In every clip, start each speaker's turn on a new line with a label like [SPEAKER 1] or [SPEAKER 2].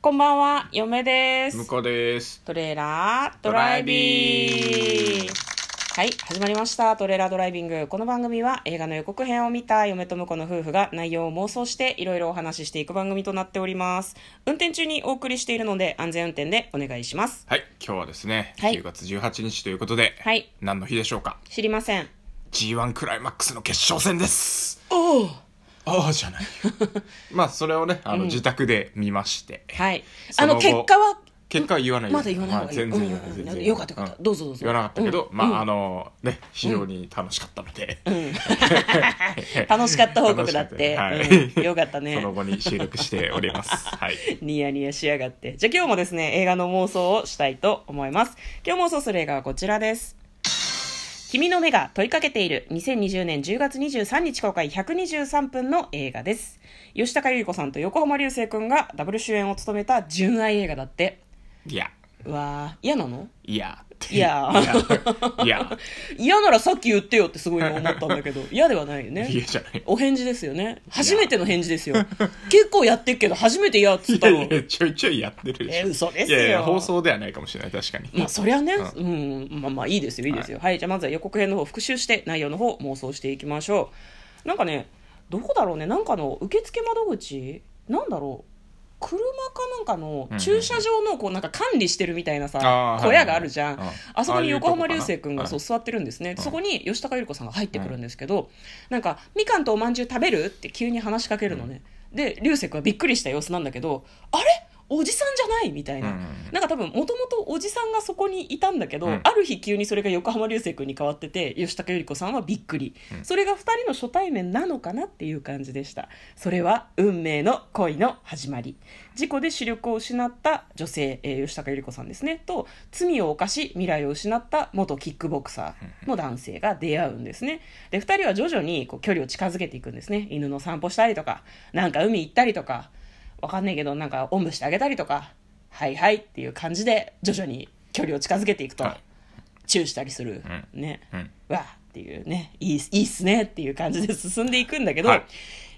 [SPEAKER 1] こんばんは、嫁です。
[SPEAKER 2] 向こうです。
[SPEAKER 1] トレーラードライビング。はい、始まりました。トレーラードライビング。この番組は映画の予告編を見た嫁と婿の夫婦が内容を妄想していろいろお話ししていく番組となっております。運転中にお送りしているので安全運転でお願いします。
[SPEAKER 2] はい、今日はですね、
[SPEAKER 1] はい
[SPEAKER 2] 10月18日ということで、
[SPEAKER 1] はい、
[SPEAKER 2] 何の日でしょうか
[SPEAKER 1] 知りません。
[SPEAKER 2] ?G1 クライマックスの決勝戦です
[SPEAKER 1] おお
[SPEAKER 2] ああじゃないよまあ、それをね、あの、自宅で見まして。
[SPEAKER 1] はい。あ
[SPEAKER 2] そ
[SPEAKER 1] の、
[SPEAKER 2] 後
[SPEAKER 1] 結果は、
[SPEAKER 2] 結果は言わないよ
[SPEAKER 1] まだ言わない方がいい
[SPEAKER 2] まあ全然言わない。
[SPEAKER 1] うん
[SPEAKER 2] 全然
[SPEAKER 1] よかったよかったどうぞどうぞ
[SPEAKER 2] 言わなかったけど、まあ、あの、ね、非常に楽しかったので、
[SPEAKER 1] 楽しかった報告だって。
[SPEAKER 2] 楽しかったはい
[SPEAKER 1] うんよかったね。
[SPEAKER 2] その後に収録しております。はい。
[SPEAKER 1] ニヤニヤしやがって。じゃあ今日もですね、映画の妄想をしたいと思います。今日妄想する映画はこちらです。君の目が問いかけている2020年10月23日公開123分の映画です。吉高由里子さんと横浜流星くんがダブル主演を務めた純愛映画だって。
[SPEAKER 2] いや、
[SPEAKER 1] うわー、嫌なの
[SPEAKER 2] いやって、
[SPEAKER 1] いや
[SPEAKER 2] いや、いや、
[SPEAKER 1] 嫌ならさっき言ってよってすごい今思ったんだ けど、嫌ではないよね。
[SPEAKER 2] いやじゃない。
[SPEAKER 1] お返事ですよね。初めての返事ですよ。結構やってっけど、初めて嫌っつった
[SPEAKER 2] いや
[SPEAKER 1] の
[SPEAKER 2] い。やちょいちょいやってるでしょ
[SPEAKER 1] え嘘ですよ
[SPEAKER 2] いやいや放送ではないかもしれない確かに
[SPEAKER 1] まあそりゃね、う、
[SPEAKER 2] うん
[SPEAKER 1] まあまあいいですよ、いいですよ。はい、じゃあまずは予告編の方を復習して内容の方を妄想していきましょう。なんかね、どこだろうね、なんかの受付窓口、なんだろう。車かなんかの
[SPEAKER 2] うん
[SPEAKER 1] 駐車場のこうなんか管理してるみたいな
[SPEAKER 2] あ
[SPEAKER 1] さ
[SPEAKER 2] ー
[SPEAKER 1] 小屋があるじゃん、
[SPEAKER 2] はいはいはい
[SPEAKER 1] あそこに横浜
[SPEAKER 2] ああ
[SPEAKER 1] 流
[SPEAKER 2] いうとこかな
[SPEAKER 1] 星君がそう
[SPEAKER 2] は
[SPEAKER 1] 座ってるんですね、そこに吉高由里子さんが入ってくるんですけど、なんか「みかんとおまんじゅう食べる?」って急に話しかけるのね、で流星君はびっくりした様子なんだけど「あれおじさんじゃない?」みたいな、
[SPEAKER 2] うんうんうん
[SPEAKER 1] なんか多分もともとおじさんがそこにいたんだけど、
[SPEAKER 2] うん
[SPEAKER 1] ある日急にそれが横浜流星君に変わってて吉高由里子さんはびっくり、それが2人の初対面なのかなっていう感じでしたそれは運命の恋の始まり事故で視力を失った女性、えー吉高由里子さんですねと罪を犯し未来を失った元キックボクサーの男性が出会うんですねで2人は徐々にこう距離を近づけていくんですね犬の散歩したりとかなんか海行ったりとかわかんないけどなんかおんぶしてあげたりとかはいはいっていう感じで徐々に距離を近づけていくと、
[SPEAKER 2] はい
[SPEAKER 1] チューしたりする、
[SPEAKER 2] う
[SPEAKER 1] ね、
[SPEAKER 2] うん
[SPEAKER 1] わあっていうねいいいいっすねっていう感じで進んでいくんだけど、
[SPEAKER 2] はい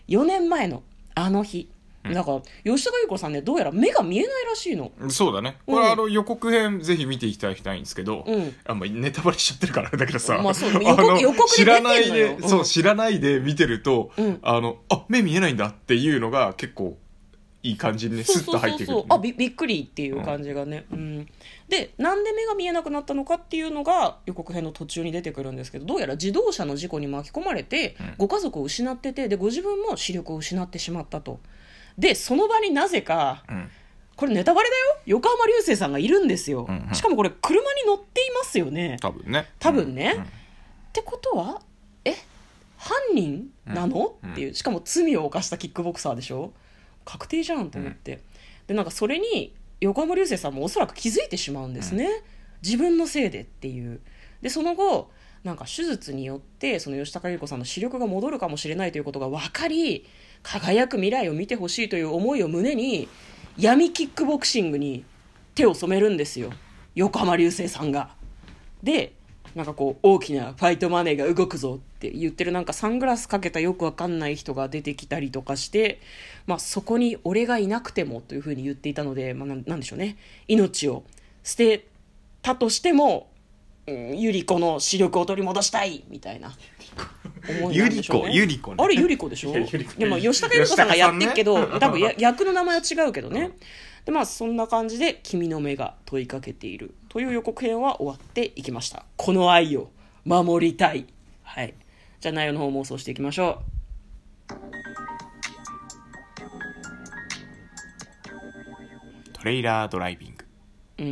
[SPEAKER 1] 4年前のあの日、なんか吉高由里子さんねどうやら目が見えないらしいの
[SPEAKER 2] そうだねこれ、あの予告編ぜひ見ていただきたいんですけど、
[SPEAKER 1] うん
[SPEAKER 2] あんまネタバレしちゃってるからあれだけどさ、
[SPEAKER 1] まあそう予
[SPEAKER 2] の
[SPEAKER 1] 告予告で
[SPEAKER 2] 知らない
[SPEAKER 1] 出てんのよ
[SPEAKER 2] で、
[SPEAKER 1] うん
[SPEAKER 2] そう知らないで見てると、
[SPEAKER 1] うん
[SPEAKER 2] あのあ目見えないんだっていうのが結構いい感じにね
[SPEAKER 1] そう
[SPEAKER 2] スッ
[SPEAKER 1] そう
[SPEAKER 2] と入
[SPEAKER 1] そう
[SPEAKER 2] ってく
[SPEAKER 1] そ
[SPEAKER 2] る
[SPEAKER 1] う、あびびっくりっていう感じがね、うんでなんで目が見えなくなったのかっていうのが予告編の途中に出てくるんですけどどうやら自動車の事故に巻き込まれて、ご家族を失っててでご自分も視力を失ってしまったとでその場になぜか
[SPEAKER 2] うん
[SPEAKER 1] これネタバレだよ横浜流星さんがいるんですよ、
[SPEAKER 2] うんうん
[SPEAKER 1] しかもこれ車に乗っていますよね
[SPEAKER 2] 多分ね
[SPEAKER 1] 多分ね、
[SPEAKER 2] うん
[SPEAKER 1] ってことはえ犯人なの、
[SPEAKER 2] うん
[SPEAKER 1] っていうしかも罪を犯したキックボクサーでしょ確定じゃんと思って、でなんかそれに横浜流星さんもおそらく気づいてしまうんですね、自分のせいでっていうでその後なんか手術によってその吉高由里子さんの視力が戻るかもしれないということが分かり輝く未来を見てほしいという思いを胸に闇キックボクシングに手を染めるんですよ横浜流星さんが。でなんかこう大きなファイトマネーが動くぞって言ってるなんかサングラスかけたよくわかんない人が出てきたりとかして、まあ、そこに俺がいなくてもというふうに言っていたので、まあ、なんなんでしょうね命を捨てたとしても、うん、ゆり子の視力を取り戻したいみたいな思いなんでしょうね
[SPEAKER 2] ゆり子ゆり子ね
[SPEAKER 1] あれゆり子でしょ
[SPEAKER 2] いやゆり子
[SPEAKER 1] でも吉高由里子さんがやってるけど、
[SPEAKER 2] 吉高さんね
[SPEAKER 1] 多分や役の名前は違うけどね、でまあそんな感じで「君の目が問いかけている」という予告編は終わっていきましたこの愛を守りたいはいじゃあ内容の方を妄想していきましょ
[SPEAKER 2] トレーラードライビング
[SPEAKER 1] う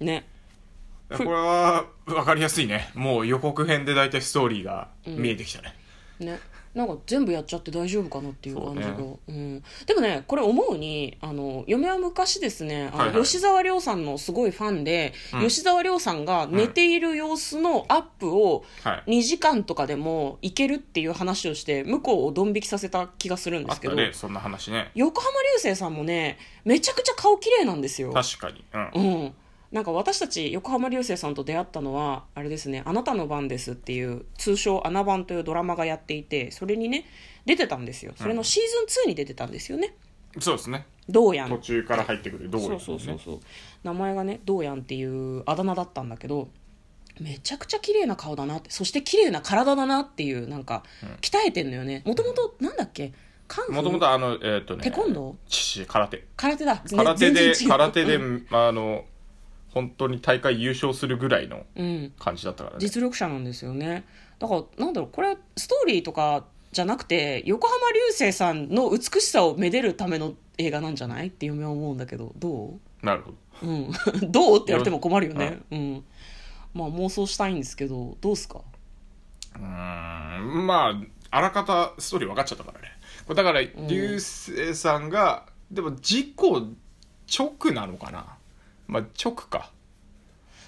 [SPEAKER 1] うんね
[SPEAKER 2] これは分かりやすいねもう予告編で大体ストーリーが見えてきたね、
[SPEAKER 1] ねなんか全部やっちゃって大丈夫かなっていう感じがう、
[SPEAKER 2] そうね
[SPEAKER 1] ん、でもねこれ思うにあの嫁は昔ですねあの、
[SPEAKER 2] はいはい
[SPEAKER 1] 吉沢亮さんのすごいファンで、吉沢亮さんが寝ている様子のアップを
[SPEAKER 2] はい
[SPEAKER 1] 2時間とかでもいけるっていう話をして向こうをドン引きさせた気がするんで
[SPEAKER 2] あっ
[SPEAKER 1] すけ
[SPEAKER 2] た
[SPEAKER 1] ど、
[SPEAKER 2] ねそんな話ね
[SPEAKER 1] 横浜流星さんもねめちゃくちゃ顔綺麗なんですよ。
[SPEAKER 2] 確かにうん
[SPEAKER 1] うん、なんか私たち横浜流星さんと出会ったのはあれですね「あなたの番です」っていう通称「穴番」というドラマがやっていてそれにね出てたんですよそれのシーズン2に出てたんですよね、
[SPEAKER 2] そうですね
[SPEAKER 1] どうやん
[SPEAKER 2] 途中から入ってくるどう
[SPEAKER 1] そうそうそうそう名前がねどうやんっていうあだ名だったんだけどめちゃくちゃ綺麗な顔だなってそして綺麗な体だなっていうなんか
[SPEAKER 2] うん
[SPEAKER 1] 鍛えてんのよねもともとなんだっけカンフー
[SPEAKER 2] もともとあのえーっとね
[SPEAKER 1] テコンドー
[SPEAKER 2] 父空手
[SPEAKER 1] 空手だ
[SPEAKER 2] 空手
[SPEAKER 1] 全
[SPEAKER 2] で
[SPEAKER 1] 然違う
[SPEAKER 2] 空手で、
[SPEAKER 1] うん
[SPEAKER 2] あの本当に大会優勝するぐらいの
[SPEAKER 1] うん
[SPEAKER 2] 感じだったからね
[SPEAKER 1] 実力者なんですよねだからなんだろうこれストーリーとかじゃなくて横浜流星さんの美しさをめでるための映画なんじゃないって嫁は思うんだけどど
[SPEAKER 2] なるほど
[SPEAKER 1] う、うん、 どうって言われても困るよね、うん、まあ妄想したいんですけどどうすか
[SPEAKER 2] うーんまああらかたストーリー分かっちゃったからねこれだから流星さんが、でも事故直なのかなまあ直か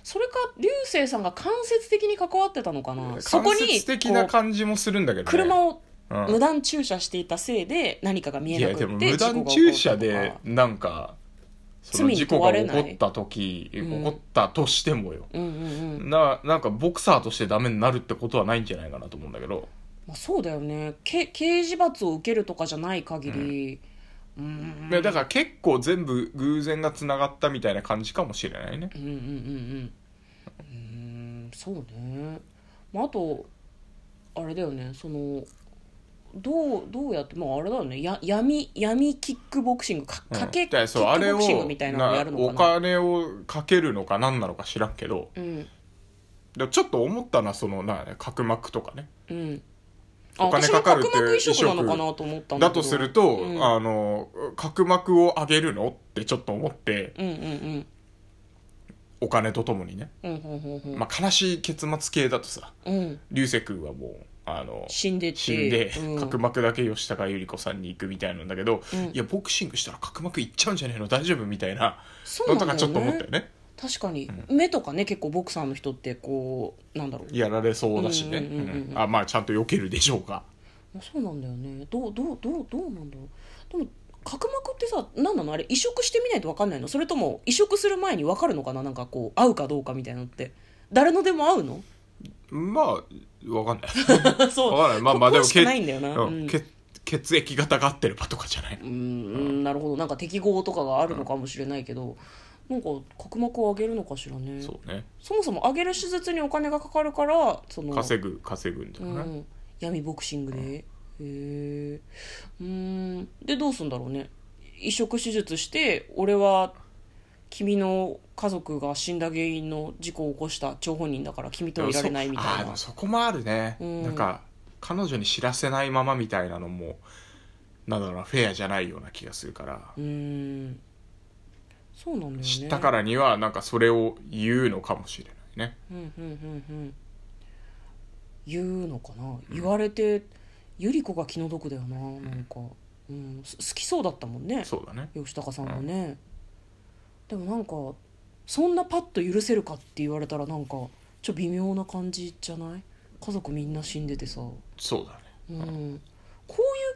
[SPEAKER 1] それか流星さんが間接的に関わってたのかなそ
[SPEAKER 2] 間
[SPEAKER 1] こに
[SPEAKER 2] 接的な
[SPEAKER 1] こ
[SPEAKER 2] 感じもするんだけ
[SPEAKER 1] う
[SPEAKER 2] ど、ね、
[SPEAKER 1] 車を
[SPEAKER 2] うん
[SPEAKER 1] 無断駐車していたせいで何かが見え
[SPEAKER 2] い
[SPEAKER 1] なく
[SPEAKER 2] や
[SPEAKER 1] って
[SPEAKER 2] でも無
[SPEAKER 1] 事故
[SPEAKER 2] 断
[SPEAKER 1] が起こ
[SPEAKER 2] 駐
[SPEAKER 1] った
[SPEAKER 2] 車
[SPEAKER 1] とか
[SPEAKER 2] でなんかそ
[SPEAKER 1] 罪
[SPEAKER 2] の
[SPEAKER 1] に
[SPEAKER 2] 事
[SPEAKER 1] 問
[SPEAKER 2] 故
[SPEAKER 1] わ
[SPEAKER 2] が
[SPEAKER 1] れ
[SPEAKER 2] 起
[SPEAKER 1] ない
[SPEAKER 2] こった時、
[SPEAKER 1] うん
[SPEAKER 2] 起こったとしてもよ
[SPEAKER 1] うんうんうん
[SPEAKER 2] ななんかボクサーとしてダメになるってことはないんじゃないかなと思うんだけど
[SPEAKER 1] まあ、そうだよねけ刑事罰を受けるとかじゃない限りうーん
[SPEAKER 2] いやだから結構全部偶然がつながったみたいな感じかもしれないね
[SPEAKER 1] うんうんうんうんうーんそうね、まあ、あとあれだよねそのどうどうやってまああれだよねや闇闇キックボクシングか
[SPEAKER 2] うん
[SPEAKER 1] かけ、
[SPEAKER 2] だら
[SPEAKER 1] キ
[SPEAKER 2] そう
[SPEAKER 1] ッ
[SPEAKER 2] あ
[SPEAKER 1] ク
[SPEAKER 2] れ
[SPEAKER 1] ボ
[SPEAKER 2] を
[SPEAKER 1] クシングみたいなのをやるのか
[SPEAKER 2] お
[SPEAKER 1] な
[SPEAKER 2] 金をかけるのか何なのか知らんけど
[SPEAKER 1] うん
[SPEAKER 2] でもちょっと思ったのはそのな角膜とかね
[SPEAKER 1] うんあ
[SPEAKER 2] お金
[SPEAKER 1] 私も
[SPEAKER 2] かかるっ
[SPEAKER 1] 角
[SPEAKER 2] て
[SPEAKER 1] 膜移植なのかなと思ったんだ
[SPEAKER 2] だ
[SPEAKER 1] けど
[SPEAKER 2] とすると、
[SPEAKER 1] うん
[SPEAKER 2] あの角膜を上げるのってちょっと思って
[SPEAKER 1] うんうんうん
[SPEAKER 2] お金とともにね、
[SPEAKER 1] うんほんほんほん
[SPEAKER 2] まあ、悲しい結末系だとさ
[SPEAKER 1] うん
[SPEAKER 2] 流星君はもうあの
[SPEAKER 1] 死んでて
[SPEAKER 2] 死んで
[SPEAKER 1] うん
[SPEAKER 2] 角膜だけ吉高由里子さんに行くみたいなんだけど、
[SPEAKER 1] うん
[SPEAKER 2] いやボクシングしたら角膜いっちゃうんじゃねえの大丈夫みたいな
[SPEAKER 1] そうな
[SPEAKER 2] の
[SPEAKER 1] んだ
[SPEAKER 2] と
[SPEAKER 1] よね
[SPEAKER 2] かちょっと思ったよね
[SPEAKER 1] 確かに、目とかね結構ボクサーの人ってこうなんだろう
[SPEAKER 2] やられそうだしね、
[SPEAKER 1] うんうんうんうん
[SPEAKER 2] うんあまあちゃんと避けるでしょうか
[SPEAKER 1] あそうなんだよねどうどうどうどうなんだろうでも角膜ってさ何なのあれ移植してみないと分かんないのそれとも移植する前に分かるのかななんかこう合うかどうかみたいなのって誰のでも合う の
[SPEAKER 2] まあわかんない
[SPEAKER 1] そう
[SPEAKER 2] わかんないまあまあ
[SPEAKER 1] こ
[SPEAKER 2] で
[SPEAKER 1] こ
[SPEAKER 2] も
[SPEAKER 1] しかないんだよな、
[SPEAKER 2] う
[SPEAKER 1] うんん
[SPEAKER 2] 血血液型が合ってればとかじゃないの
[SPEAKER 1] うんうんなるほどなんか適合とかがあるのかもしれないけど、なんか角膜を上げるのかしらねそ
[SPEAKER 2] そうね
[SPEAKER 1] もそも上げる手術にお金がかかるからその
[SPEAKER 2] 稼ぐ稼ぐんだよ
[SPEAKER 1] う
[SPEAKER 2] ね、
[SPEAKER 1] ん、闇ボクシングで、へえうんでどうすんだろうね移植手術して俺は君の家族が死んだ原因の事故を起こした張本人だから君とはいられないみ
[SPEAKER 2] でも
[SPEAKER 1] たい
[SPEAKER 2] そあーで
[SPEAKER 1] な
[SPEAKER 2] もそこもあるね、
[SPEAKER 1] うん
[SPEAKER 2] なんか彼女に知らせないままみたいなのもなんだろうなフェアじゃないような気がするから、
[SPEAKER 1] うんそうなんだよね
[SPEAKER 2] 知ったからにはなんかそれを言うのかもしれないね
[SPEAKER 1] うんうんうんうん言うのかな、言われてゆり子が気の毒だよななんか、うん、す好きそうだったもんね
[SPEAKER 2] そうだね
[SPEAKER 1] 吉高さんもね、でもなんかそんなパッと許せるかって言われたらなんかちょっと微妙な感じじゃない家族みんな死んでてさ、う
[SPEAKER 2] そうだね
[SPEAKER 1] んこういう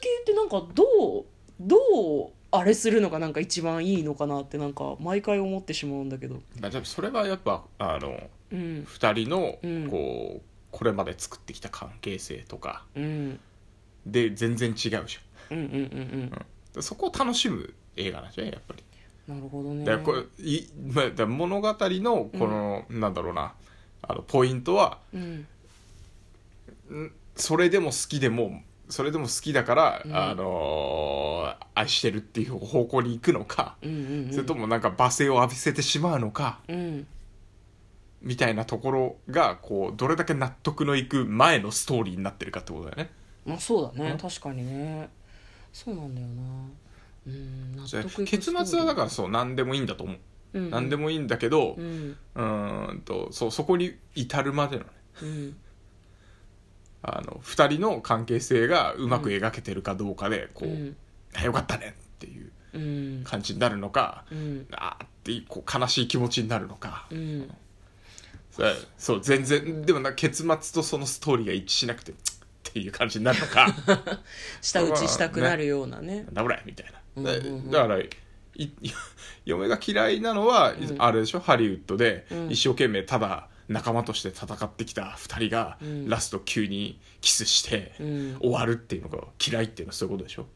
[SPEAKER 1] 系ってなんかどうどうあれするのがなんか一番いいのかなってなんか毎回思ってしまうんだけど、
[SPEAKER 2] まあでもそれはやっぱあの
[SPEAKER 1] うん
[SPEAKER 2] 2人の
[SPEAKER 1] うん
[SPEAKER 2] こう、これまで作ってきた関係性とか
[SPEAKER 1] うん、うん
[SPEAKER 2] で全然違うじゃん
[SPEAKER 1] うんうんうん
[SPEAKER 2] でそこを楽しむ映画なんじゃないやっぱり
[SPEAKER 1] なるほどね
[SPEAKER 2] だからこれいまあだから物語のこの、なんだろうなあのポイントは
[SPEAKER 1] うん
[SPEAKER 2] それでも好きでもそれでも好きだから、
[SPEAKER 1] うん
[SPEAKER 2] あのー愛してるっていう方向に行くのか、
[SPEAKER 1] うんうんうん
[SPEAKER 2] それともなんか罵声を浴びせてしまうのか
[SPEAKER 1] うん
[SPEAKER 2] みたいなところがこうどれだけ納得のいく前のストーリーになってるかってことだよね
[SPEAKER 1] まあそうだね、
[SPEAKER 2] うん
[SPEAKER 1] 確かにねそうなんだよなうん納
[SPEAKER 2] それ
[SPEAKER 1] 得いく
[SPEAKER 2] 結末はだから
[SPEAKER 1] ス
[SPEAKER 2] そう何でもいいんだと思う、
[SPEAKER 1] トーリー、うんうん、
[SPEAKER 2] 何でもいいんだけど
[SPEAKER 1] う、ん
[SPEAKER 2] うーんとそうそこに至るまでのね
[SPEAKER 1] うん
[SPEAKER 2] あの2人の関係性がうまく描けてるかどうかでこ
[SPEAKER 1] う
[SPEAKER 2] う、
[SPEAKER 1] ん
[SPEAKER 2] あよかったねっていう
[SPEAKER 1] うん
[SPEAKER 2] 感じになるのか、
[SPEAKER 1] うん
[SPEAKER 2] あーってこう悲しい気持ちになるのか、
[SPEAKER 1] うん
[SPEAKER 2] そうそう全然でもな結末とそのストーリーが一致しなくてつっっていう感じになる のか
[SPEAKER 1] 舌打ちしたくなるようなね
[SPEAKER 2] なんだこれみたいなだ,、
[SPEAKER 1] うんうんうん
[SPEAKER 2] だからい 嫁が嫌いなのは、
[SPEAKER 1] ん
[SPEAKER 2] あれでしょハリウッドで、
[SPEAKER 1] うん
[SPEAKER 2] 一生懸命ただ仲間として戦ってきた2人が、
[SPEAKER 1] うん
[SPEAKER 2] ラスト急にキスして、
[SPEAKER 1] うん
[SPEAKER 2] 終わるっていうのが嫌いっていうのはそういうことでしょ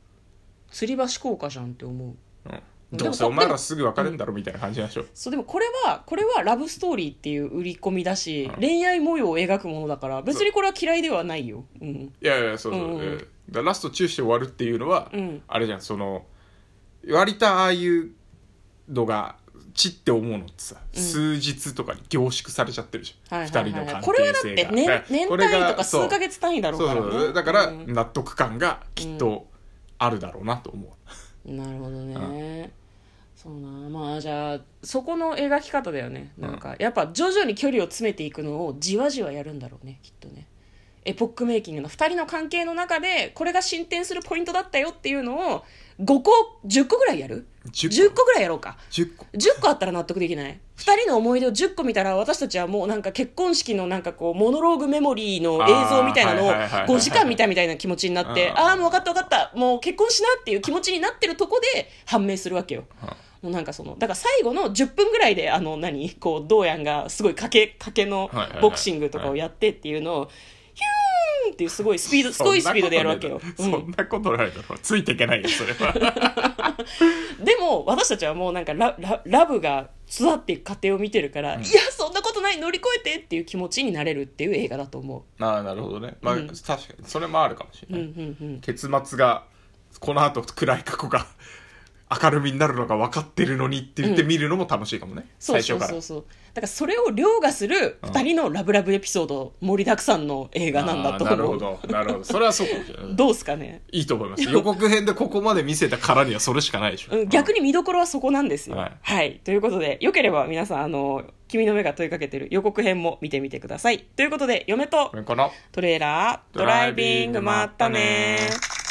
[SPEAKER 1] 吊り橋効果じゃんって思う
[SPEAKER 2] うん、どうせお前らすぐ別れるんだろみたいな感じなんでしょ、
[SPEAKER 1] そうでもこれはこれはラブストーリーっていう売り込みだし、
[SPEAKER 2] うん
[SPEAKER 1] 恋愛模様を描くものだから別にこれは嫌いではないようん
[SPEAKER 2] いやいやそうそう、
[SPEAKER 1] うんうん
[SPEAKER 2] えーだからラストチューして終わるっていうのは、
[SPEAKER 1] うん
[SPEAKER 2] あれじゃんその割とああいうのがちって思うのってさ、
[SPEAKER 1] うん
[SPEAKER 2] 数日とかに凝縮されちゃってるじゃん、
[SPEAKER 1] はい
[SPEAKER 2] 二
[SPEAKER 1] はい
[SPEAKER 2] 人
[SPEAKER 1] は
[SPEAKER 2] の
[SPEAKER 1] い
[SPEAKER 2] 関係性が
[SPEAKER 1] これはだって年
[SPEAKER 2] だから
[SPEAKER 1] 年
[SPEAKER 2] これ
[SPEAKER 1] 単位
[SPEAKER 2] が
[SPEAKER 1] とか
[SPEAKER 2] そう
[SPEAKER 1] 数ヶ月単位だろう
[SPEAKER 2] そう
[SPEAKER 1] から
[SPEAKER 2] そ
[SPEAKER 1] ね
[SPEAKER 2] うだから
[SPEAKER 1] うん
[SPEAKER 2] 納得感がきっとあるだろうなと思う、
[SPEAKER 1] なるほどね、そうなまあじゃあそこの描き方だよねなんか、やっぱ徐々に距離を詰めていくのをじわじわやるんだろうねきっとねエポックメイキングの2人の関係の中でこれが進展するポイントだったよっていうのを5個10個ぐらいやる
[SPEAKER 2] 10
[SPEAKER 1] 10
[SPEAKER 2] 個
[SPEAKER 1] 個ぐらいやろうか
[SPEAKER 2] 10個
[SPEAKER 1] 10個あったら納得できない2人の思い出を10個見たら私たちはもうなんか結婚式のなんかこうモノローグメモリーの映像みたいなのを
[SPEAKER 2] あーはいはいはいはい
[SPEAKER 1] 5時間見たみたいな気持ちになって
[SPEAKER 2] うん
[SPEAKER 1] ああもう分かった分かったもう結婚しなっていう気持ちになってるとこで判明するわけよ。もうなんかそのだから最後の10分ぐらいであの何こうどうやんがすごい賭け賭けの
[SPEAKER 2] はいはいはい
[SPEAKER 1] ボクシングとかをやってっていうのをヒューンっていうすごいスピー ドすごいスピードでやるわけよ。
[SPEAKER 2] そん
[SPEAKER 1] うん
[SPEAKER 2] なことないだろ、ついていけないよそれ は
[SPEAKER 1] でも私たちはもうなんかラララブが育っていく過程を見てるから、いやそんなことない乗り越えてっていう気持ちになれるっていう映画だと思
[SPEAKER 2] ああなるほどねまあ、
[SPEAKER 1] うん
[SPEAKER 2] 確かにそれもあるかもし
[SPEAKER 1] う、
[SPEAKER 2] れな
[SPEAKER 1] う
[SPEAKER 2] い、
[SPEAKER 1] んうんうん
[SPEAKER 2] 結末がこの後暗い過去が 明るみになるのが分かってるのにって言って見るのも楽しいかもね、
[SPEAKER 1] そう
[SPEAKER 2] 最
[SPEAKER 1] そう
[SPEAKER 2] 初から
[SPEAKER 1] そうそうだからそれを凌駕する
[SPEAKER 2] うん
[SPEAKER 1] 2人のラブラブエピソード盛りだくさんの映画なんだと
[SPEAKER 2] あ
[SPEAKER 1] 思
[SPEAKER 2] ーな
[SPEAKER 1] う
[SPEAKER 2] るほどなるほどそれはそうかもしれない
[SPEAKER 1] どうっすかね、
[SPEAKER 2] いいと思います予告編でここまで見せたからにはそれしかないでしょ、
[SPEAKER 1] うん、逆に見どころはそこなんですよは
[SPEAKER 2] はいい、
[SPEAKER 1] ということでよければ皆さんあの「君の目が問いかけてる」予告編も見てみてくださいということで嫁と
[SPEAKER 2] うんこの
[SPEAKER 1] トレーラードライビングまったね
[SPEAKER 2] ドライビングまったね